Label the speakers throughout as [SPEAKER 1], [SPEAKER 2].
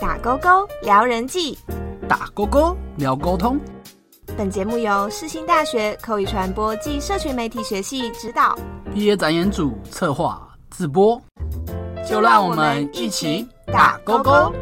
[SPEAKER 1] 打勾勾聊人际。
[SPEAKER 2] 打勾勾聊沟通，
[SPEAKER 1] 本节目由世新大学口语传播暨社群媒体学系指导。
[SPEAKER 2] 毕业展演组策划自播，就让我们一起打勾勾。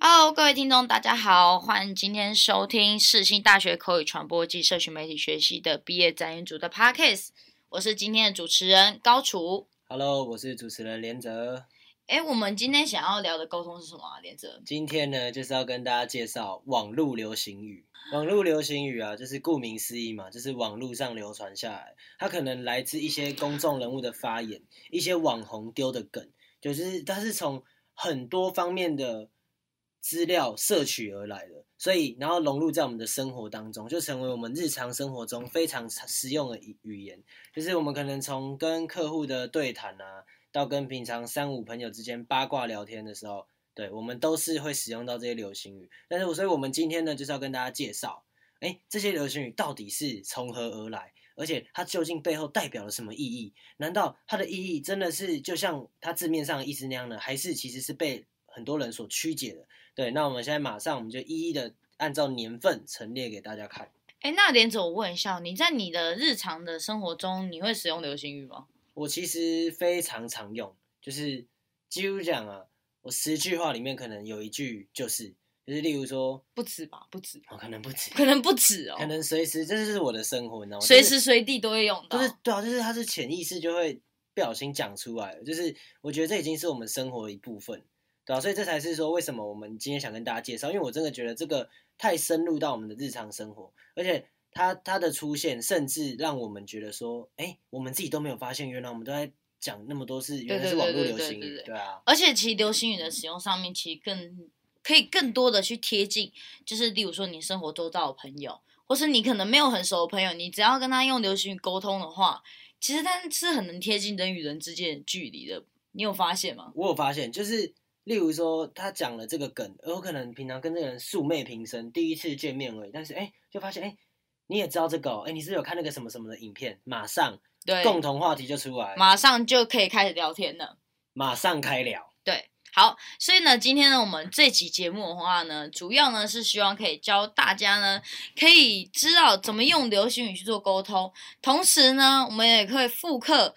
[SPEAKER 3] Hello，各位听众，大家好，欢迎今天收听世新大学口语传播暨社群媒体学系的毕业展演组的 Podcast，我是今天的主持人高楚。
[SPEAKER 4] Hello，我是主持人连泽。
[SPEAKER 3] 哎，我们今天想要聊的沟通是什么啊？连哲，
[SPEAKER 4] 今天呢，就是要跟大家介绍网络流行语。网络流行语啊，就是顾名思义嘛，就是网络上流传下来，它可能来自一些公众人物的发言，一些网红丢的梗，就是它是从很多方面的资料摄取而来的，所以然后融入在我们的生活当中，就成为我们日常生活中非常实用的语语言。就是我们可能从跟客户的对谈啊，到跟平常三五朋友之间八卦聊天的时候，对我们都是会使用到这些流行语。但是我，所以我们今天呢，就是要跟大家介绍，哎，这些流行语到底是从何而来，而且它究竟背后代表了什么意义？难道它的意义真的是就像它字面上的意思那样呢？还是其实是被很多人所曲解的？对，那我们现在马上我们就一一的按照年份陈列给大家看。
[SPEAKER 3] 哎，那连哲，我问一下，你在你的日常的生活中，你会使用流行语吗？
[SPEAKER 4] 我其实非常常用，就是几乎讲啊，我十句话里面可能有一句就是，就是例如说，
[SPEAKER 3] 不止吧，不止，
[SPEAKER 4] 哦，可能不止，
[SPEAKER 3] 可能不止哦，
[SPEAKER 4] 可能随时，这就是我的生活，你知道吗？
[SPEAKER 3] 随时随地都会用
[SPEAKER 4] 就
[SPEAKER 3] 到。
[SPEAKER 4] 是，就是对啊，就是它是潜意识就会不小心讲出来了，就是我觉得这已经是我们生活的一部分，对啊，所以这才是说为什么我们今天想跟大家介绍，因为我真的觉得这个太深入到我们的日常生活，而且它它的出现，甚至让我们觉得说，哎、我们自己都没有发现，原来我们都在讲那么多是原来是网络流行
[SPEAKER 3] 对对对对对
[SPEAKER 4] 语
[SPEAKER 3] 对，
[SPEAKER 4] 对啊。
[SPEAKER 3] 而且其实流行语的使用上面，其实更可以更多的去贴近，就是例如说你生活周遭的朋友，或是你可能没有很熟的朋友，你只要跟他用流行语沟通的话，其实他是很能贴近人与人之间的距离的。你有发现吗？
[SPEAKER 4] 我有发现，就是例如说他讲了这个梗，而我可能平常跟这个人素昧平生，第一次见面而已，但是哎、就发现哎、你也知道这个、哦，哎、你是不是有看那个什么什么的影片？马上
[SPEAKER 3] 对，
[SPEAKER 4] 共同话题就出来，马
[SPEAKER 3] 马上就可以开始聊天了。
[SPEAKER 4] 马上开聊。
[SPEAKER 3] 对，好，所以呢，今天呢，我们这期节目的话呢，主要呢是希望可以教大家呢，可以知道怎么用流行语去做沟通，同时呢，我们也可以复刻，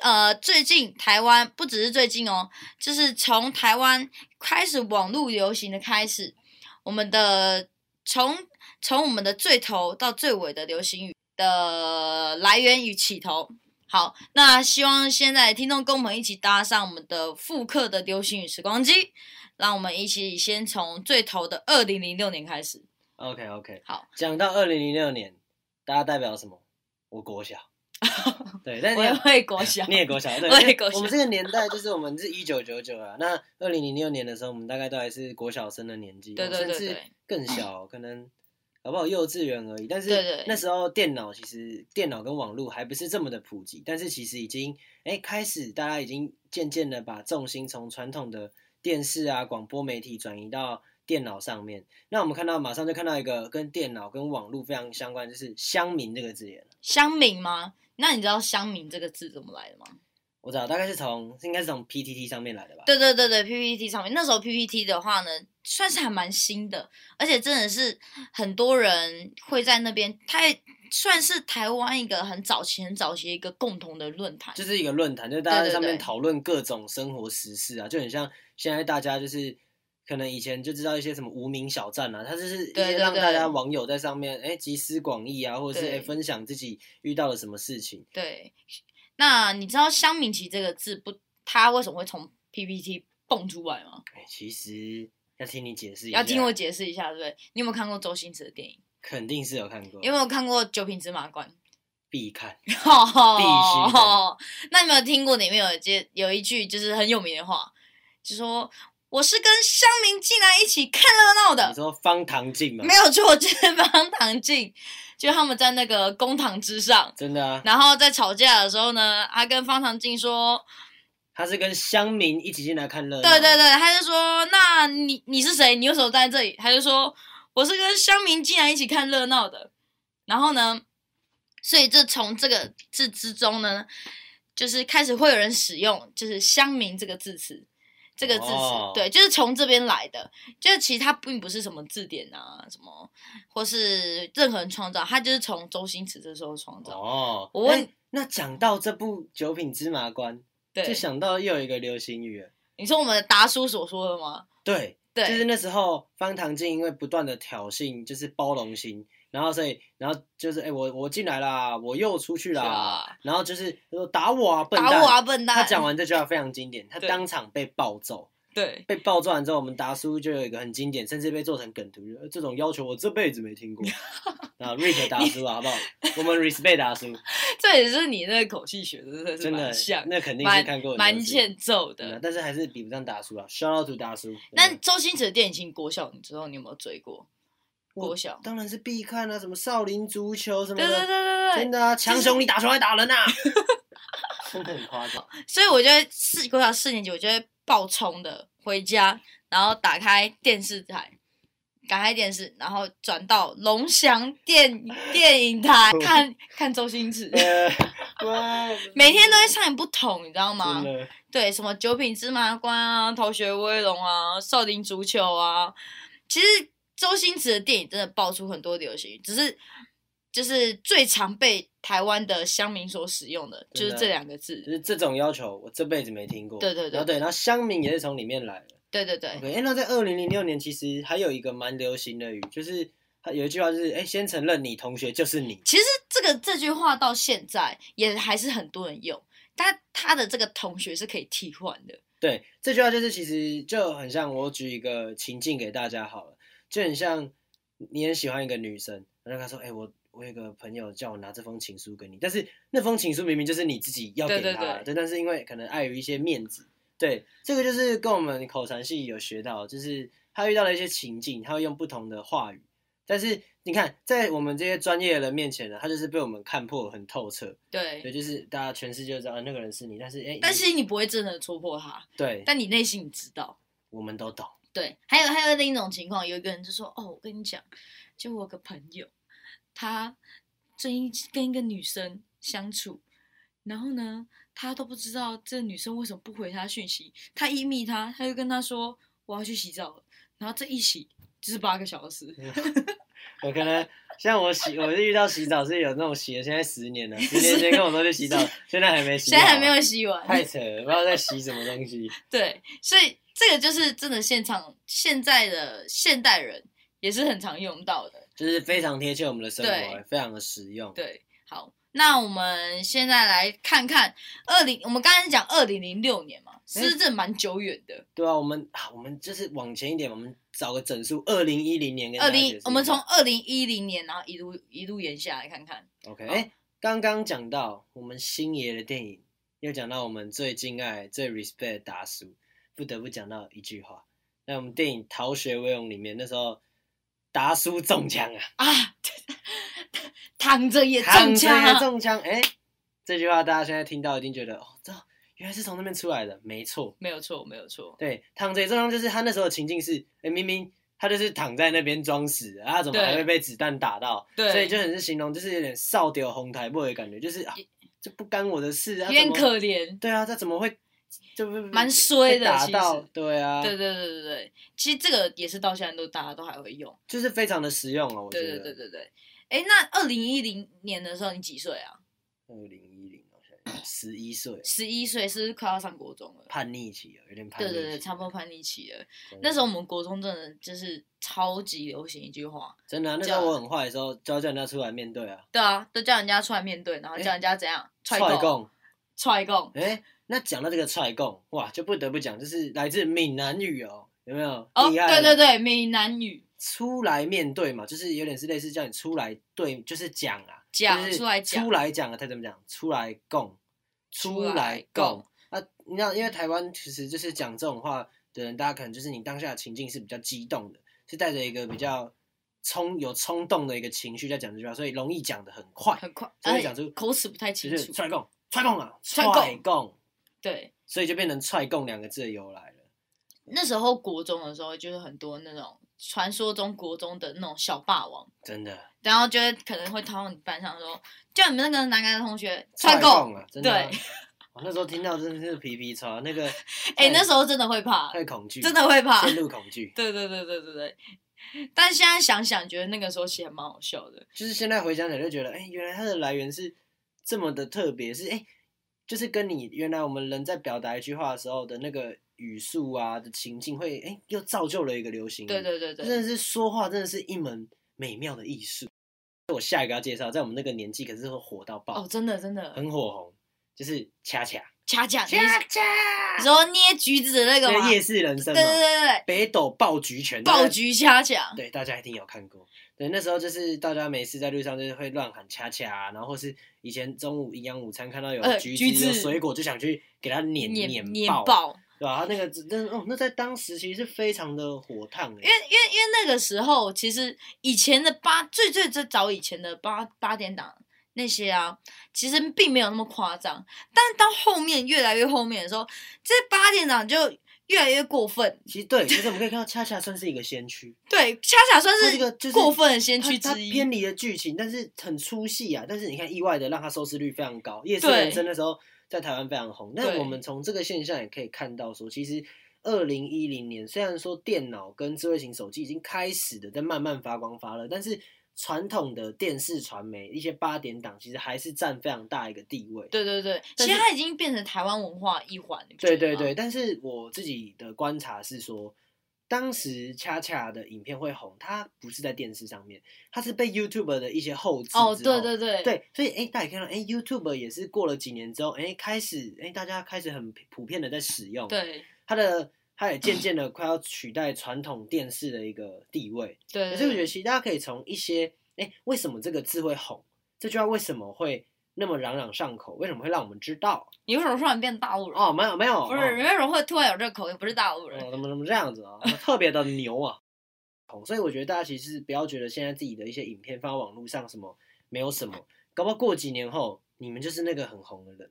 [SPEAKER 3] 呃，最近台湾不只是最近哦，就是从台湾开始网络流行的开始，我们的从从我们的最头到最尾的流行语的来源与起头，好，那希望现在的听众跟我们一起搭上我们的复刻的流行语时光机，让我们一起先从最头的二零零六年开始。
[SPEAKER 4] OK OK，
[SPEAKER 3] 好，
[SPEAKER 4] 讲到二零零六年，大家代表什么？我 国小。对，但
[SPEAKER 3] 我
[SPEAKER 4] 是，
[SPEAKER 3] 也会国小
[SPEAKER 4] 你也国小，对，
[SPEAKER 3] 我也
[SPEAKER 4] 因为
[SPEAKER 3] 国小
[SPEAKER 4] 我们这个年代就是我们是一九九九啊，那二零零六年的时候，我们大概都还是国小生的年纪，
[SPEAKER 3] 对对对
[SPEAKER 4] 甚至
[SPEAKER 3] 对
[SPEAKER 4] 更小，可能搞不好幼稚园而已。但是
[SPEAKER 3] 对对
[SPEAKER 4] 那时候电脑其实电脑跟网络还不是这么的普及，但是其实已经哎开始大家已经渐渐的把重心从传统的电视啊广播媒体转移到。电脑上面，那我们看到马上就看到一个跟电脑跟网络非常相关，就是“乡民”这个字眼。
[SPEAKER 3] 乡民吗？那你知道“乡民”这个字怎么来的吗？
[SPEAKER 4] 我知道，大概是从应该是从 PTT 上面来的吧？
[SPEAKER 3] 对对对对，PPT 上面那时候 PPT 的话呢，算是还蛮新的，而且真的是很多人会在那边，它也算是台湾一个很早期、很早期的一个共同的论坛。
[SPEAKER 4] 就是一个论坛，就是大家
[SPEAKER 3] 对对
[SPEAKER 4] 在上面
[SPEAKER 3] 对
[SPEAKER 4] 讨论各种生活时事啊，就很像现在大家就是可能以前就知道一些什么无名小站啊，它就是一
[SPEAKER 3] 对对
[SPEAKER 4] 些让
[SPEAKER 3] 对
[SPEAKER 4] 大家网友在上面哎集思广益啊，或者是
[SPEAKER 3] 对
[SPEAKER 4] 哎分享自己遇到了什么事情。
[SPEAKER 3] 对，那你知道“乡民其实这个字不，它为什么会从 PPT 蹦出来吗？
[SPEAKER 4] 哎，其实要听你解释一下，
[SPEAKER 3] 要听我，解释一下，对不对？你有没有看过周星驰的电影？
[SPEAKER 4] 肯定是有看过，
[SPEAKER 3] 有没有看过《九品芝麻官》？
[SPEAKER 4] 必看。须
[SPEAKER 3] 哦
[SPEAKER 4] 的，
[SPEAKER 3] 那你有没有听过里面有一些有一句就是很有名的话，就说我是跟乡民进来一起看热闹
[SPEAKER 4] 你
[SPEAKER 3] 的，
[SPEAKER 4] 说方唐镜吗
[SPEAKER 3] 没？有错，就是方唐镜，就他们在那个公堂之上，
[SPEAKER 4] 真的啊，
[SPEAKER 3] 然后在吵架的时候呢，他跟方唐镜说。
[SPEAKER 4] 他是跟乡民一起进来看热闹。
[SPEAKER 3] 对对对，他就说：“那你你是谁？你为什么站在这里？”他就说：“我是跟乡民进来一起看热闹的。”然后呢，所以这从这个字之中呢，就是开始会有人使用，就是乡民这个字词，这个字词，
[SPEAKER 4] 哦
[SPEAKER 3] 对，就是从这边来的。就是其实它并不是什么字典啊，什么或是任何人创造，它就是从周星驰这时候创造。
[SPEAKER 4] 哦，
[SPEAKER 3] 我问
[SPEAKER 4] 哎那讲到这部《九品芝麻官》，就
[SPEAKER 3] 对，
[SPEAKER 4] 想到又有一个流行语了，
[SPEAKER 3] 你说我们的达叔所说的吗？
[SPEAKER 4] 对，
[SPEAKER 3] 对，
[SPEAKER 4] 就是那时候方唐镜因为不断的挑衅，就是包容心，然后所以然后就是哎、我我进来啦，我又出去啦，
[SPEAKER 3] 是啊
[SPEAKER 4] 然后就是说打我啊笨
[SPEAKER 3] 打
[SPEAKER 4] 蛋，
[SPEAKER 3] 我啊笨蛋！
[SPEAKER 4] 他讲完这句话非常经典，他
[SPEAKER 3] 对
[SPEAKER 4] 当场被暴揍。
[SPEAKER 3] 对，
[SPEAKER 4] 被暴揍完之后，我们达叔就有一个很经典，甚至被做成梗图，就呃这种要求我这辈子没 听过。啊，Rick 达叔啊，好不好？我们 respect 达叔，
[SPEAKER 3] 这也是你那个口气学的，真的是
[SPEAKER 4] 真的
[SPEAKER 3] 蛮像，
[SPEAKER 4] 那肯定是
[SPEAKER 3] 蛮
[SPEAKER 4] 看过很多
[SPEAKER 3] 蛮
[SPEAKER 4] 次
[SPEAKER 3] 欠揍
[SPEAKER 4] 嗯啊
[SPEAKER 3] 的。
[SPEAKER 4] 但是还是比不上达叔啊。Shout out to 达叔。
[SPEAKER 3] 那
[SPEAKER 4] 嗯
[SPEAKER 3] 周星驰的电影《进国小》，你知道你有没有追过？
[SPEAKER 4] 我
[SPEAKER 3] 国小，
[SPEAKER 4] 当然是必看啊，什么少林足球什么
[SPEAKER 3] 对对对
[SPEAKER 4] 的，
[SPEAKER 3] 对对
[SPEAKER 4] 真，的啊，强雄你打球还打人啊， 真的很夸 张。
[SPEAKER 3] 所以我就会四国小四年级，我就会爆冲的回家，然后打开电视台，打开电视，然后转到龙翔电电影 台看看周星驰，
[SPEAKER 4] 呃，哇，
[SPEAKER 3] 每天都会上演不同，你知道吗
[SPEAKER 4] 真？的
[SPEAKER 3] 对，什么九品芝麻官啊，逃学威龙啊，少林足球啊，其实周星驰的电影真的爆出很多流行，只是就是最常被台湾的乡民所使用的，就
[SPEAKER 4] 真的
[SPEAKER 3] 是这两个
[SPEAKER 4] 就
[SPEAKER 3] 字。
[SPEAKER 4] 是这种要求我这辈子没听过。
[SPEAKER 3] 对对对
[SPEAKER 4] 然后对，然后乡民也是从里面来的。
[SPEAKER 3] 对对对，
[SPEAKER 4] OK，哎、那在二零零六年，其实还有一个蛮流行的语，就是它有一句话就是，哎、先承认你同学就是你，
[SPEAKER 3] 其实这个这句话到现在也还是很多人用，但他的这个同学是可以替换的。
[SPEAKER 4] 对，这句话就是其实就很像，我举一个情境给大家好了，就很像你很喜欢一个女生，然后她说，哎、我我有一个朋友叫我拿这封情书给你，但是那封情书明明就是你自己要给
[SPEAKER 3] 对对
[SPEAKER 4] 他的，
[SPEAKER 3] 对
[SPEAKER 4] 但是因为可能碍于一些面子，对，这个就是跟我们口传系有学到，就是他遇到了一些情境，他会用不同的话语，但是你看，在我们这些专业的人面前呢，他就是被我们看破很透彻，对，
[SPEAKER 3] 对，
[SPEAKER 4] 就是大家全世界都知道、啊、那个人是你，但是哎，
[SPEAKER 3] 但
[SPEAKER 4] 你
[SPEAKER 3] 是你不会真的戳破他，
[SPEAKER 4] 对，
[SPEAKER 3] 但你内心你知道。
[SPEAKER 4] 我们都懂。
[SPEAKER 3] 对，还有还有另一种情况，有一个人就说：“哦，我跟你讲，就我有个朋友，他最近跟一个女生相处，然后呢，他都不知道这女生为什么不回他讯息，他一密他，他就跟他说我要去洗澡了，然后这一洗就是八个小时，
[SPEAKER 4] 我可能像我洗，我是遇到洗澡是有那种洗了，现在十年了，十年前跟我说去洗澡，现在还没洗，
[SPEAKER 3] 现
[SPEAKER 4] 啊
[SPEAKER 3] 在还没有，洗完，
[SPEAKER 4] 太扯了，不知道在洗什么东西。
[SPEAKER 3] 对，所以这个就是真的现场现在的现代人也是很常用到的。”
[SPEAKER 4] 就是非常贴切我们的生活
[SPEAKER 3] 对，
[SPEAKER 4] 非常的实用。，
[SPEAKER 3] 对，好，那我们现在来看看二零，我们刚才讲二零零六年
[SPEAKER 4] 哎
[SPEAKER 3] 嘛，是不是这蛮久远的？
[SPEAKER 4] 对啊，我们啊，我们就是往前一点，我们找个整数，二零一零年跟
[SPEAKER 3] 二
[SPEAKER 4] 大家解
[SPEAKER 3] 零
[SPEAKER 4] 释，
[SPEAKER 3] 我们从二零一零年，然后一路一路延下来看看。
[SPEAKER 4] OK，哎、刚刚讲到我们星爷的电影，又讲到我们最敬爱、最 respect 的达叔，不得不讲到一句话，在我们电影《逃学威龙》里面，那时候达叔中枪啊。
[SPEAKER 3] 啊，躺着也中
[SPEAKER 4] 躺着
[SPEAKER 3] 枪
[SPEAKER 4] 也
[SPEAKER 3] 啊！
[SPEAKER 4] 中枪，哎、这句话大家现在听到一定觉得，哦，这原来是从那边出来的，没错，
[SPEAKER 3] 没有错，没有错，
[SPEAKER 4] 对，躺着也中枪，就是他那时候的情境是，哎、明明他就是躺在那边装死，啊，怎么还
[SPEAKER 3] 对
[SPEAKER 4] 会被子弹打到？
[SPEAKER 3] 对
[SPEAKER 4] 所以就很是形容，就是有点少丢红台不的感觉，就是啊，这不干我的事啊，
[SPEAKER 3] 有点
[SPEAKER 4] 怎么
[SPEAKER 3] 可怜。
[SPEAKER 4] 对啊，他怎么会，就不
[SPEAKER 3] 蛮衰的
[SPEAKER 4] 被打
[SPEAKER 3] 其实
[SPEAKER 4] 到，对啊，
[SPEAKER 3] 对对对对对，其实这个也是到现在都大家都还会用。
[SPEAKER 4] 就是非常的实用哦，我觉
[SPEAKER 3] 对
[SPEAKER 4] 得，
[SPEAKER 3] 对对对对。哎，那二零一零年的时候你几岁啊？
[SPEAKER 4] 二零一零，十一岁，
[SPEAKER 3] 十一岁，是不是快要上国中了？
[SPEAKER 4] 叛逆期啊了，有点叛逆
[SPEAKER 3] 对
[SPEAKER 4] 期，
[SPEAKER 3] 对对，差不多叛逆期了。
[SPEAKER 4] 真的
[SPEAKER 3] 那时候我们国中真的就是超级流行一句话，
[SPEAKER 4] 真的啊、那时
[SPEAKER 3] 叫
[SPEAKER 4] 候我很坏的时候，就要叫人家出来面对啊，
[SPEAKER 3] 对啊，都叫人家出来面对，然后叫人家怎 样踹
[SPEAKER 4] 供。
[SPEAKER 3] 踹供。
[SPEAKER 4] 哎、那讲到这个踹供，哇，就不得不讲，就是来自闽南语哦，有没有？
[SPEAKER 3] 哦，
[SPEAKER 4] 厉害
[SPEAKER 3] 对对
[SPEAKER 4] 了，
[SPEAKER 3] 对，闽南语
[SPEAKER 4] 出来面对嘛，就是有点是类似叫你出来对，就是讲啊，
[SPEAKER 3] 讲
[SPEAKER 4] 就是
[SPEAKER 3] 出来讲
[SPEAKER 4] 出，来讲啊，他怎么讲？出来供，
[SPEAKER 3] 出
[SPEAKER 4] 来
[SPEAKER 3] 来供。
[SPEAKER 4] 啊，你知道，因为台湾其实就是讲这种话的人，大家可能就是你当下的情境是比较激动的，是带着一个比较冲有冲动的一个情绪在讲这句话，所以容易讲的很快。
[SPEAKER 3] 很快，
[SPEAKER 4] 所以
[SPEAKER 3] 哎
[SPEAKER 4] 讲出
[SPEAKER 3] 口齿不太
[SPEAKER 4] 就
[SPEAKER 3] 清
[SPEAKER 4] 是
[SPEAKER 3] 楚。
[SPEAKER 4] 踹供，踹供啊，
[SPEAKER 3] 踹供
[SPEAKER 4] 供，
[SPEAKER 3] 对，
[SPEAKER 4] 所以就变成踹供两个字的由来了。
[SPEAKER 3] 那时候国中的时候，就是很多那种传说中国中的那种小霸王，
[SPEAKER 4] 真的，
[SPEAKER 3] 然后就会可能会讨到你班上说，叫你们那个男的同学
[SPEAKER 4] 踹
[SPEAKER 3] 供，
[SPEAKER 4] 供啊，真的啊
[SPEAKER 3] 对。
[SPEAKER 4] 我那时候听到真的是皮皮超，那个
[SPEAKER 3] 哎、
[SPEAKER 4] 太
[SPEAKER 3] 那时候真的会怕，
[SPEAKER 4] 太恐惧，
[SPEAKER 3] 真的会怕。
[SPEAKER 4] 陷入恐惧。
[SPEAKER 3] 对对对对对对。但现在想想，觉得那个时候其实还蛮好笑的。
[SPEAKER 4] 就是现在回想起来就觉得，哎、原来它的来源是这么的特别，是哎、就是跟你原来我们人在表达一句话的时候的那个语速啊的情境会，哎、又造就了一个流行语。
[SPEAKER 3] 对对对
[SPEAKER 4] 这
[SPEAKER 3] 对，
[SPEAKER 4] 真的是说话真的是一门美妙的艺术。我下一个要介绍，在我们那个年纪可是会火到爆，
[SPEAKER 3] 哦，真的真的，
[SPEAKER 4] 很火红，就是恰恰
[SPEAKER 3] 掐架，你
[SPEAKER 4] 恰
[SPEAKER 3] 是你
[SPEAKER 4] 恰，
[SPEAKER 3] 说捏橘子的那个吗？
[SPEAKER 4] 对夜
[SPEAKER 3] 对
[SPEAKER 4] 市人生嘛，
[SPEAKER 3] 对对对，
[SPEAKER 4] 北斗爆菊拳，
[SPEAKER 3] 爆菊掐架，
[SPEAKER 4] 对，大家一定有看过。对，那时候就是大家没事在路上就是会乱喊恰恰、啊，然后或是以前中午营养午餐看到有
[SPEAKER 3] 呃
[SPEAKER 4] 橘子、
[SPEAKER 3] 橘子
[SPEAKER 4] 有水果，就想去给它碾
[SPEAKER 3] 碾
[SPEAKER 4] 碾
[SPEAKER 3] 碾
[SPEAKER 4] 爆，
[SPEAKER 3] 爆。
[SPEAKER 4] 对吧、它那个真的哦，那在当时其实是非常的火烫、
[SPEAKER 3] 因为，因
[SPEAKER 4] 欸
[SPEAKER 3] 为因为那个时候，其实以前的八最最最早以前的八八点档那些啊，其实并没有那么夸张。但到后面越来越后面的时候，这八点档就越来越过分。
[SPEAKER 4] 其实对，其实我们可以看到恰恰算是一个先驱，
[SPEAKER 3] 对，恰恰算
[SPEAKER 4] 它这个就是
[SPEAKER 3] 过分的先驱
[SPEAKER 4] 它它
[SPEAKER 3] 之一
[SPEAKER 4] 偏。离了剧情，但是很出戏啊。但是你看，意外的让它收视率非常高，《夜市
[SPEAKER 3] 对
[SPEAKER 4] 人生》那时候在台湾非常红。但
[SPEAKER 3] 对
[SPEAKER 4] 我们从这个现象也可以看到说其实二零一零年虽然说电脑跟智慧型手机已经开始的在慢慢发光发热，但是传统的电视传媒一些八点档其实还是占非常大一个地位。
[SPEAKER 3] 对对对，
[SPEAKER 4] 但
[SPEAKER 3] 其
[SPEAKER 4] 是
[SPEAKER 3] 实它已经变成台湾文化一环。你不
[SPEAKER 4] 对
[SPEAKER 3] 觉
[SPEAKER 4] 对
[SPEAKER 3] 得吗
[SPEAKER 4] 对，，但是我自己的观察是说，当时恰恰的影片会红，它不是在电视上面，它是被 YouTube 的一些后置之后
[SPEAKER 3] 哦，对对对，
[SPEAKER 4] 对，所以哎，大家看到哎，YouTube 也是过了几年之后，哎，开始哎，大家开始很普遍的在使用，，
[SPEAKER 3] 对
[SPEAKER 4] 它的它也渐渐的快要取代传统电视的一个地位。
[SPEAKER 3] 对，
[SPEAKER 4] 可是我觉得
[SPEAKER 3] 对
[SPEAKER 4] 其实大家可以从一些哎，为什么这个字会红，这句话为什么会那么朗朗上口，为什么会让我们知道？
[SPEAKER 3] 你为什么突然变大陆人？
[SPEAKER 4] 哦，没有没有，
[SPEAKER 3] 不是，
[SPEAKER 4] 哦
[SPEAKER 3] 你为什么会突然有这个口音？不是大陆人。
[SPEAKER 4] 哦，怎么怎么这样子啊？特别的牛啊！哦所以我觉得大家其实不要觉得现在自己的一些影片放到网络上什么没有什么，搞不好过几年后你们就是那个很红的人，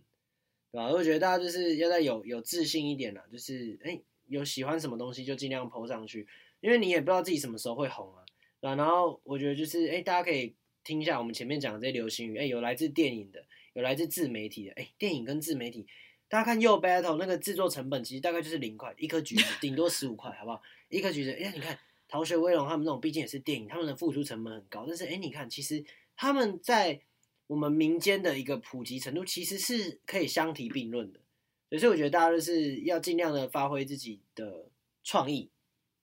[SPEAKER 4] 对吧？我觉得大家就是要再有有自信一点啦，就是哎、有喜欢什么东西就尽量 PO 上去，因为你也不知道自己什么时候会红啊，对吧？然后我觉得就是哎、大家可以听一下我们前面讲的这些流行语，哎、有来自电影的，有来自自媒体的，哎、电影跟自媒体大家看《又 Battle》那个制作成本其实大概就是零块，一颗橘子顶多十五块，好不好？一颗橘子，哎、你看《逃学威龙》他们那种，毕竟也是电影，他们的付出成本很高，但是哎、你看，其实他们在我们民间的一个普及程度，其实是可以相提并论的。所以我觉得大家就是要尽量的发挥自己的创意，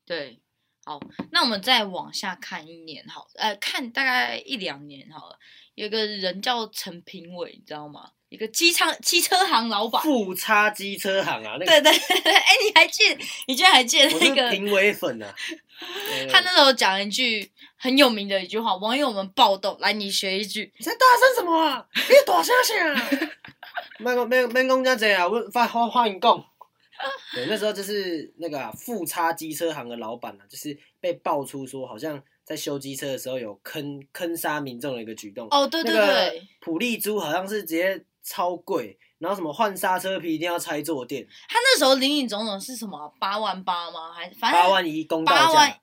[SPEAKER 3] 对，好，那我们再往下看一年好了，呃，看大概一两年好了。有一个人叫陈平伟，你知道吗？一个机舱机车行老板。
[SPEAKER 4] 富差机车行啊，那
[SPEAKER 3] 对
[SPEAKER 4] 个
[SPEAKER 3] 对，对哎、你还记得？你居然还记得
[SPEAKER 4] 我
[SPEAKER 3] 那
[SPEAKER 4] 是
[SPEAKER 3] 个？
[SPEAKER 4] 评委 粉啊，对
[SPEAKER 3] 他那时候讲一句很有名的一句话，网友们暴动，来你学一句。
[SPEAKER 4] 你在大声什么啊？你大声些啊！ 慢讲，慢慢讲，真济啊！我发发发你 讲。对，那时候就是那个啊富差机车行的老板啊，就是被爆出说好像在修机车的时候有坑坑杀民众的一个举动。
[SPEAKER 3] 哦，对对
[SPEAKER 4] 那个
[SPEAKER 3] 对，
[SPEAKER 4] 普利珠好像是直接超贵，然后什么换刹车皮一定要拆坐垫，
[SPEAKER 3] 他那时候林林总总是什么八万八吗？还反正
[SPEAKER 4] 八万一公道
[SPEAKER 3] 八
[SPEAKER 4] 价
[SPEAKER 3] 万，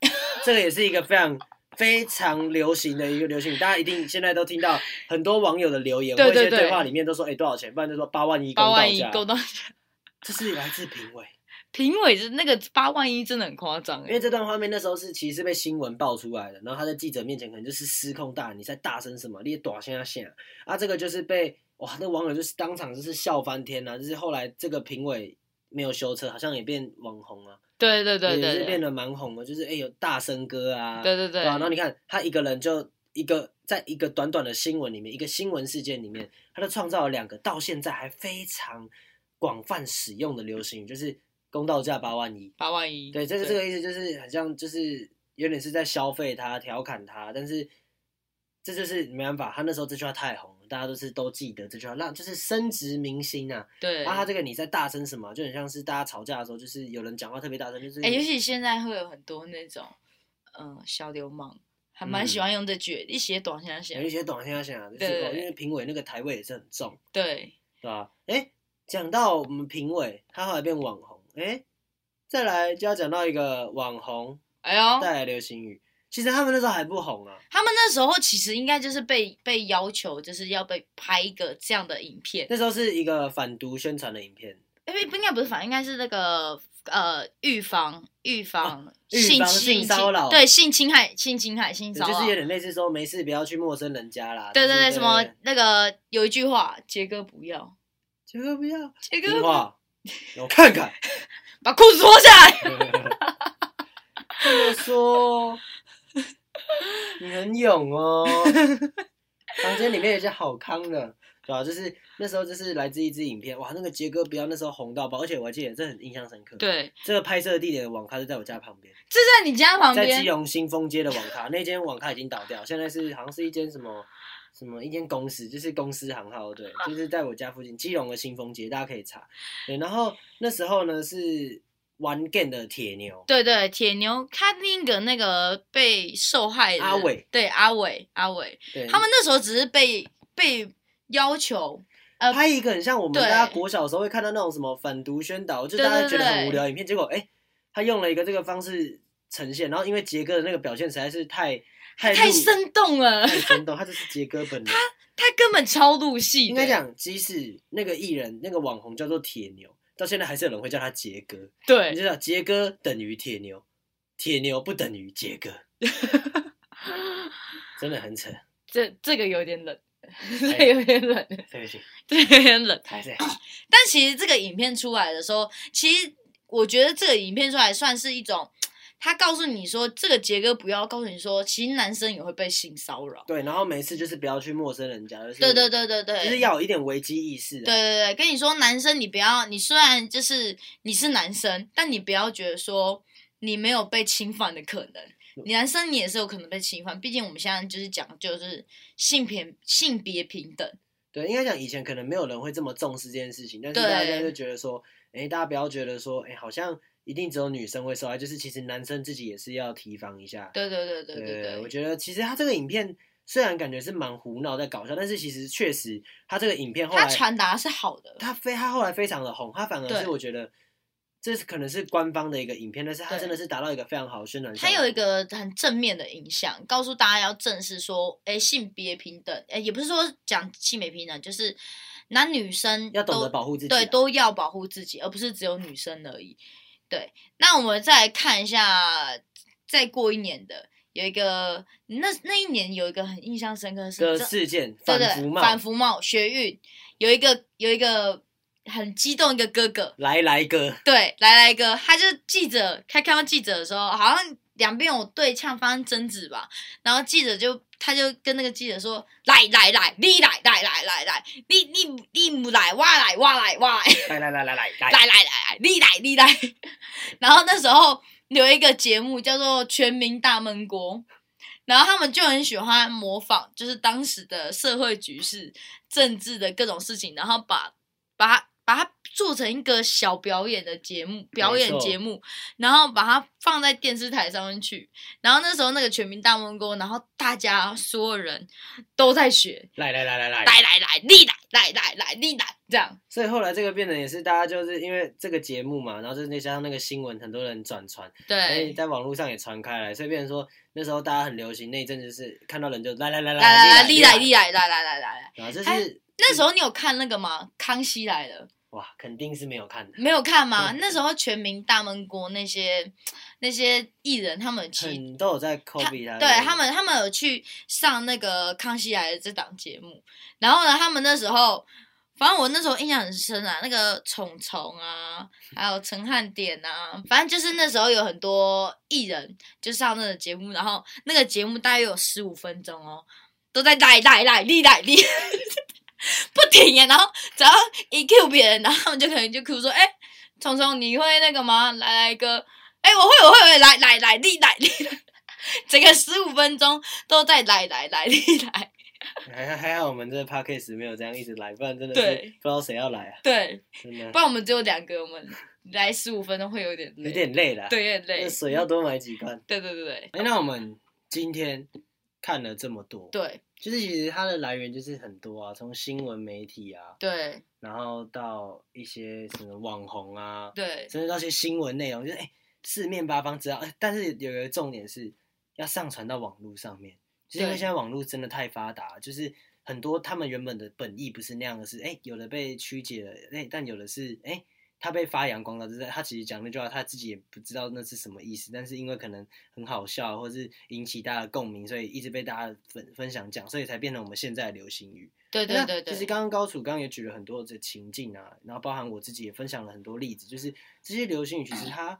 [SPEAKER 4] 这个也是一个非常。非常流行的一个流行语，大家一定现在都听到很多网友的留言，
[SPEAKER 3] 对
[SPEAKER 4] 或一些
[SPEAKER 3] 对对
[SPEAKER 4] 对话里面都说，哎、多少钱？不然就说八万一公
[SPEAKER 3] 八
[SPEAKER 4] 道
[SPEAKER 3] 万一
[SPEAKER 4] 价，
[SPEAKER 3] 够到。
[SPEAKER 4] 这是来自评委，
[SPEAKER 3] 评委是那个八万一真的很夸张、
[SPEAKER 4] 因
[SPEAKER 3] 哎。
[SPEAKER 4] 为这段画面那时候是其实是被新闻爆出来的，然后他在记者面前可能就是失控大喊，你在大声什么？你短线线啊！这个就是被哇，那网友就是当场就是笑翻天呐、就是后来这个评委没有修车，好像也变网红啊，
[SPEAKER 3] 对对对
[SPEAKER 4] 也
[SPEAKER 3] 对
[SPEAKER 4] 是变
[SPEAKER 3] 对，
[SPEAKER 4] 得蛮红的，就是哎、有大声哥啊，
[SPEAKER 3] 对对对
[SPEAKER 4] 啊，然后你看他一个人就一个在一个短短的新闻里面，一个新闻事件里面，他就创造了两个到现在还非常广泛使用的流行语，就是公道价八万一。
[SPEAKER 3] 八万一。
[SPEAKER 4] 对，这个这个意思就是很像，就是有点是在消费他、调侃他，但是这就是没办法，他那时候这句话太红了，大家都是都记得这句话，让就是深植民心啊。
[SPEAKER 3] 对，
[SPEAKER 4] 然后他这个你在大声什么，就很像是大家吵架的时候，就是有人讲话特别大声，就是
[SPEAKER 3] 哎、尤其现在会有很多那种，嗯、小流氓，还蛮喜欢用这句，一写短想
[SPEAKER 4] 嗯有
[SPEAKER 3] 写
[SPEAKER 4] 一，些短线想啊，就是
[SPEAKER 3] 对对
[SPEAKER 4] 哦因
[SPEAKER 3] 对
[SPEAKER 4] 为评委那个台位也是很重，
[SPEAKER 3] 对，
[SPEAKER 4] 对吧？哎，讲到我们评委，他后来变网红，哎，再来就要讲到一个网红
[SPEAKER 3] 哎呦，
[SPEAKER 4] 带来流行语。其实他们那时候还不红啊，
[SPEAKER 3] 他们那时候其实应该就是被被要求，就是要被拍一个这样的影片，
[SPEAKER 4] 那时候是一个反毒宣传的影片，
[SPEAKER 3] 哎，不不应该不是反，应该是那个呃预防预防
[SPEAKER 4] 哦预防性
[SPEAKER 3] 侵
[SPEAKER 4] 骚扰
[SPEAKER 3] 对性侵害性侵害性
[SPEAKER 4] 对
[SPEAKER 3] 骚
[SPEAKER 4] 就
[SPEAKER 3] 扰
[SPEAKER 4] 是有。点类似说没事不要去陌生人家啦。
[SPEAKER 3] 哦对
[SPEAKER 4] 就
[SPEAKER 3] 对
[SPEAKER 4] 是
[SPEAKER 3] 对，什么那个有一句话，杰哥不要，
[SPEAKER 4] 杰哥不要，
[SPEAKER 3] 杰
[SPEAKER 4] 听
[SPEAKER 3] 哥
[SPEAKER 4] 话，我看看。
[SPEAKER 3] 把裤子脱下来。
[SPEAKER 4] 这么说，你很勇 哦。房间里面有一些好康的，对吧、就是那时候就是来自一支影片，哇，那个杰哥不要那时候红到爆，而且我还记得这很印象深刻。，
[SPEAKER 3] 对，
[SPEAKER 4] 这个拍摄地点的网咖就在我家旁边，
[SPEAKER 3] 这 在你家旁
[SPEAKER 4] 在基
[SPEAKER 3] 边，
[SPEAKER 4] 隆新丰街的网咖，那间网咖已经倒掉，现在是好像是一间什么。什么一间公司，就是公司行号，对，
[SPEAKER 3] 啊
[SPEAKER 4] 就是在我家附近，基隆的新丰街，大家可以查。对，然后那时候呢是玩 game 的铁牛，
[SPEAKER 3] 对对，铁牛看那个那个被受害人
[SPEAKER 4] 阿伟，嗯
[SPEAKER 3] 对阿伟阿伟，
[SPEAKER 4] 对，
[SPEAKER 3] 他们那时候只是被被要求，呃
[SPEAKER 4] 拍一个很像我们
[SPEAKER 3] 对
[SPEAKER 4] 大家国小的时候会看到那种什么反毒宣导，就
[SPEAKER 3] 对
[SPEAKER 4] 大家
[SPEAKER 3] 对
[SPEAKER 4] 觉得很
[SPEAKER 3] 对
[SPEAKER 4] 无聊的影片，结果哎、他用了一个这个方式呈现，然后因为杰哥的那个表现实在是太太
[SPEAKER 3] 太
[SPEAKER 4] 入
[SPEAKER 3] 生动了
[SPEAKER 4] 太生动，他就是杰哥本人。
[SPEAKER 3] 他根本超入戏的，
[SPEAKER 4] 应该讲，即使那个艺人那个网红叫做铁牛，到现在还是有人会叫他杰哥。你
[SPEAKER 3] 对，
[SPEAKER 4] 知道杰哥等于铁牛，铁牛不等于杰 哥，真的很扯。
[SPEAKER 3] 这这个有点冷， 这个有点冷，
[SPEAKER 4] 对不起，
[SPEAKER 3] 这个有点冷。
[SPEAKER 4] 还是
[SPEAKER 3] 但其实这个影片出来的时候，其实我觉得这个影片出来算是一种，他告诉你说这个杰哥不要告诉你说，其实男生也会被性骚扰。
[SPEAKER 4] 对。然后每次就是不要去陌生人家，就是
[SPEAKER 3] 对对对对对，
[SPEAKER 4] 就是要有一点危机意识、啊。
[SPEAKER 3] 对对对，跟你说，男生你不要，你虽然就是你是男生，但你不要觉得说你没有被侵犯的可能。
[SPEAKER 4] 嗯
[SPEAKER 3] 你男生你也是有可能被侵犯，毕竟我们现在就是讲的就是性别性别平等。
[SPEAKER 4] 对，应该讲以前可能没有人会这么重视这件事情，但是
[SPEAKER 3] 对
[SPEAKER 4] 大家就觉得说，哎、大家不要觉得说，哎、好像一定只有女生会受害，就是其实男生自己也是要提防一下。
[SPEAKER 3] 对对对对对
[SPEAKER 4] 我
[SPEAKER 3] 对，
[SPEAKER 4] 觉得其实他这个影片虽然感觉是蛮胡闹在搞笑，但是其实确实他这个影片后来
[SPEAKER 3] 他传达是好的。
[SPEAKER 4] 他非他后来非常的红，他反而
[SPEAKER 3] 对
[SPEAKER 4] 是我觉得这是可能是官方的一个影片，但是他
[SPEAKER 3] 对
[SPEAKER 4] 真的是达到一个非常好的宣传效
[SPEAKER 3] 它
[SPEAKER 4] 果。
[SPEAKER 3] 有一个很正面的影响，告诉大家要正视说，哎，性别平等，哎，也不是说讲性别平等，就是男女生
[SPEAKER 4] 要懂
[SPEAKER 3] 都
[SPEAKER 4] 得保护自己啊、
[SPEAKER 3] 对，都要保护自己，而不是只有女生而已。对，那我们再来看一下，再过一年的有一个，那那一年有一个很印象深刻的
[SPEAKER 4] 个
[SPEAKER 3] 是这，
[SPEAKER 4] 事件
[SPEAKER 3] 对
[SPEAKER 4] 反
[SPEAKER 3] 对
[SPEAKER 4] 服，帽
[SPEAKER 3] 反服帽学运有一个有一个很激动一个哥哥，
[SPEAKER 4] 来来哥，
[SPEAKER 3] 对，来来哥，他就记者，他看到记者的时候，好像两边有对呛，发生争执吧。然后记者就，他就跟那个记者说：“来来来，你来来来来来，你你你不来，我来我来我来，
[SPEAKER 4] 来来来来来
[SPEAKER 3] 来来来来，你来你来。” 然后那时候有一个节目叫做《全民大闷锅》。然后他们就很喜欢模仿，就是当时的社会局势、政治的各种事情，然后把把它把它做成一个小表演的节目，表演
[SPEAKER 4] 错
[SPEAKER 3] 节目，然后把它放在电视台上面去。然后那时候那个全民大闷锅，然后大家所有人都在学，
[SPEAKER 4] 来来来来来
[SPEAKER 3] 来来来，你来来来来你来，这样
[SPEAKER 4] 所以后来这个变成也是大家就是因为这个节目嘛，然后就是再加上那个新闻，很多人转传，所以
[SPEAKER 3] 对。
[SPEAKER 4] 在网络上也传开来，所以变成说那时候大家很流行那一阵子是看到人就来来来
[SPEAKER 3] 来来来，
[SPEAKER 4] 立
[SPEAKER 3] 你来你来来来来来来，
[SPEAKER 4] 啊，这
[SPEAKER 3] 哎
[SPEAKER 4] 是
[SPEAKER 3] 那时候你有看那个吗？康熙来了。
[SPEAKER 4] 哇，肯定是没有看的，
[SPEAKER 3] 没有看吗？
[SPEAKER 4] 嗯
[SPEAKER 3] 那时候全民大闷锅那些那些艺人，他们其实
[SPEAKER 4] 很都有在 copy 他的，
[SPEAKER 3] 对他们他们有去上那个《康熙来了》这档节目，然后呢，他们那时候。反正我那时候印象很深啊，那个虫虫啊，还有陈汉典啊，反正就是那时候有很多艺人就上那个节目，然后那个节目大约有十五分钟哦，都在来来来立来立， 不停耶。然后只要一 Q 别人，然后他们就可能就 Q 说：“哎、虫虫你会那个吗？来来哥，哎、我会我会我会来来来立来立。来” 整个十五分钟都在来来来立来，
[SPEAKER 4] 还还还好我们这 podcast 没有这样一直来，不然真的是
[SPEAKER 3] 对
[SPEAKER 4] 不知道谁要来啊，
[SPEAKER 3] 对，
[SPEAKER 4] 真 的
[SPEAKER 3] 不然我们只有两个，我们来十五分钟会有点累，
[SPEAKER 4] 有点累了，，
[SPEAKER 3] 对，有点累，
[SPEAKER 4] 水要多买几罐。
[SPEAKER 3] 对对对对
[SPEAKER 4] 哎，那我们今天看了这么多，
[SPEAKER 3] 对
[SPEAKER 4] 就是其实它的来源就是很多啊，从新闻媒体啊，
[SPEAKER 3] 对
[SPEAKER 4] 然后到一些什么网红啊，
[SPEAKER 3] 对
[SPEAKER 4] 甚至到一些新闻内容，就是哎、四面八方知道。哎但是有一个重点是，要上传到网络上面，就是因为
[SPEAKER 3] 对
[SPEAKER 4] 现在网络真的太发达，就是很多他们原本的本意不是那样的是，哎、有的被曲解了，哎、但有的是哎。他被发扬光大，就是他其实讲那句话，他自己也不知道那是什么意思，但是因为可能很好笑，或是引起大家的共鸣，所以一直被大家分分享讲，所以才变成我们现在的流行语。
[SPEAKER 3] 对对对
[SPEAKER 4] 那其
[SPEAKER 3] 对
[SPEAKER 4] 实刚刚高楚刚刚也举了很多的情境啊，然后包含我自己也分享了很多例子，就是这些流行语其实它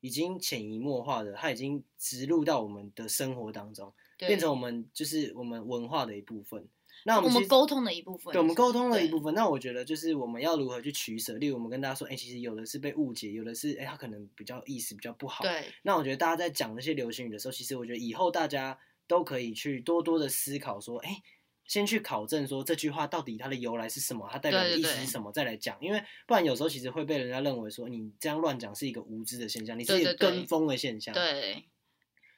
[SPEAKER 4] 已经潜移默化的，它已经植入到我们的生活当中，
[SPEAKER 3] 对，
[SPEAKER 4] 变成我们就是我们文化的一部分。那我
[SPEAKER 3] 我
[SPEAKER 4] 们其
[SPEAKER 3] 们
[SPEAKER 4] 实
[SPEAKER 3] 沟通的一部分。
[SPEAKER 4] 对，我们沟通的一
[SPEAKER 3] 对
[SPEAKER 4] 部分。那我觉得就是我们要如何去取舍。例如，我们跟大家说，哎、其实有的是被误解，有的是哎、他可能比较意思比较不好。
[SPEAKER 3] 对
[SPEAKER 4] 那我觉得大家在讲那些流行语的时候，其实我觉得以后大家都可以去多多的思考，说，哎、先去考证说这句话到底它的由来是什么，它代表的
[SPEAKER 3] 对
[SPEAKER 4] 意
[SPEAKER 3] 对
[SPEAKER 4] 思
[SPEAKER 3] 对
[SPEAKER 4] 是什么，再来讲。因为不然有时候其实会被人家认为说你这样乱讲是一个无知的现象，你是
[SPEAKER 3] 对
[SPEAKER 4] 一个
[SPEAKER 3] 对对
[SPEAKER 4] 跟风的现象。
[SPEAKER 3] 对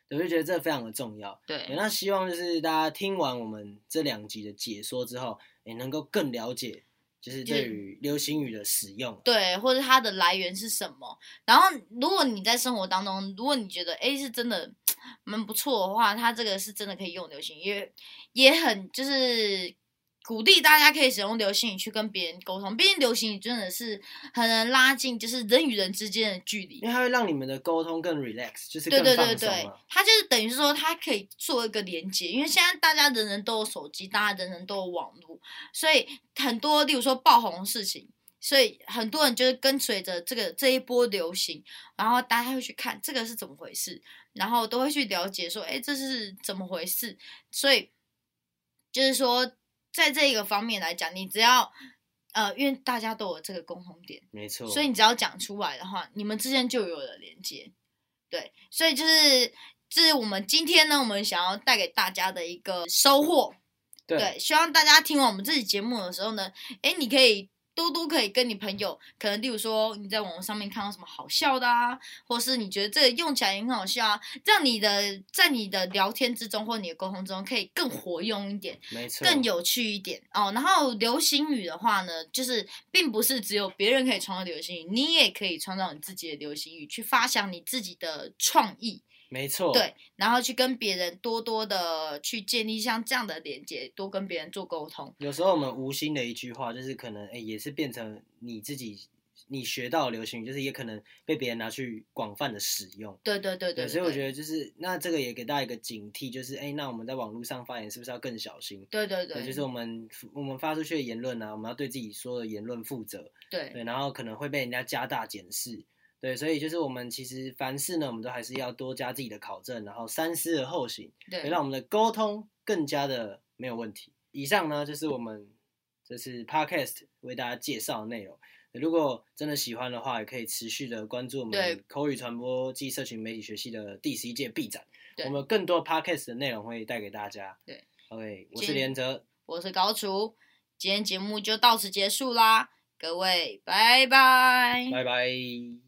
[SPEAKER 4] 对，我就觉得这非常的重要。对
[SPEAKER 3] 对，
[SPEAKER 4] 那希望就是大家听完我们这两集的解说之后，也能够更了解，就是
[SPEAKER 3] 就是
[SPEAKER 4] 对于流行语的使用。
[SPEAKER 3] 对，或者它的来源是什么。然后，如果你在生活当中，如果你觉得诶是真的蛮不错的话，它这个是真的可以用流行语，也也很就是鼓励大家可以使用流行语去跟别人沟通。毕竟流行语真的是很能拉近就是人与人之间的距离
[SPEAKER 4] 因。为它会让你们的沟通更 relax，就是
[SPEAKER 3] 对
[SPEAKER 4] 更
[SPEAKER 3] 对
[SPEAKER 4] 放
[SPEAKER 3] 对
[SPEAKER 4] 松
[SPEAKER 3] 对
[SPEAKER 4] 嘛。，
[SPEAKER 3] 它就是等于是说，它可以做一个连接，因为现在大家人人都有手机，大家人人都有网络，所以很多，例如说爆红的事情，所以很多人就是跟随着这个这一波流行，然后大家会去看这个是怎么回事，然后都会去了解说，哎，这是怎么回事？所以就是说，在这一个方面来讲，你只要呃，因为大家都有这个共同点。
[SPEAKER 4] 没错。
[SPEAKER 3] 所以你只要讲出来的话，你们之间就有了连接。对，所以就是这是我们今天呢，我们想要带给大家的一个收获。
[SPEAKER 4] 对
[SPEAKER 3] 希望大家听完我们这期节目的时候呢，哎，你可以。多多可以跟你朋友，可能例如说你在网络上面看到什么好笑的啊，或是你觉得这个用起来也很好笑啊，让你的在你的聊天之中或你的沟通中可以更活用一点。
[SPEAKER 4] 没错，
[SPEAKER 3] 更有趣一点哦。然后流行语的话呢，就是并不是只有别人可以创造流行语，你也可以创造你自己的流行语，去发想你自己的创意，
[SPEAKER 4] 没错，
[SPEAKER 3] 对，然后去跟别人多多的去建立像这样的连接，多跟别人做沟通。
[SPEAKER 4] 有时候我们无心的一句话，就是可能哎、也是变成你自己你学到的流行语，就是也可能被别人拿去广泛的使用。
[SPEAKER 3] 对对对对
[SPEAKER 4] 对，所以我觉得就是那这个也给大家一个警惕，就是哎、那我们在网络上发言是不是要更小心？
[SPEAKER 3] 对对
[SPEAKER 4] 对，
[SPEAKER 3] 对，
[SPEAKER 4] 就是我们我们发出去的言论啊，我们要对自己说的言论负责，
[SPEAKER 3] 对
[SPEAKER 4] 对，然后可能会被人家加大检视，对，所以就是我们其实凡事呢，我们都还是要多加自己的考证，然后三思而后行，
[SPEAKER 3] 对
[SPEAKER 4] 也让我们的沟通更加的没有问题。以上呢，就是我们这次 podcast 为大家介绍的内容。如果真的喜欢的话，也可以持续的关注我们
[SPEAKER 3] 对
[SPEAKER 4] 口语传播暨社群媒体学系的第十一届 B 展，
[SPEAKER 3] 对
[SPEAKER 4] 我们有更多 podcast 的内容会带给大家。
[SPEAKER 3] 对
[SPEAKER 4] ，OK，我
[SPEAKER 3] 今
[SPEAKER 4] 是连哲，
[SPEAKER 3] 我是高厨，今天节目就到此结束啦，各位拜拜。
[SPEAKER 4] 拜拜。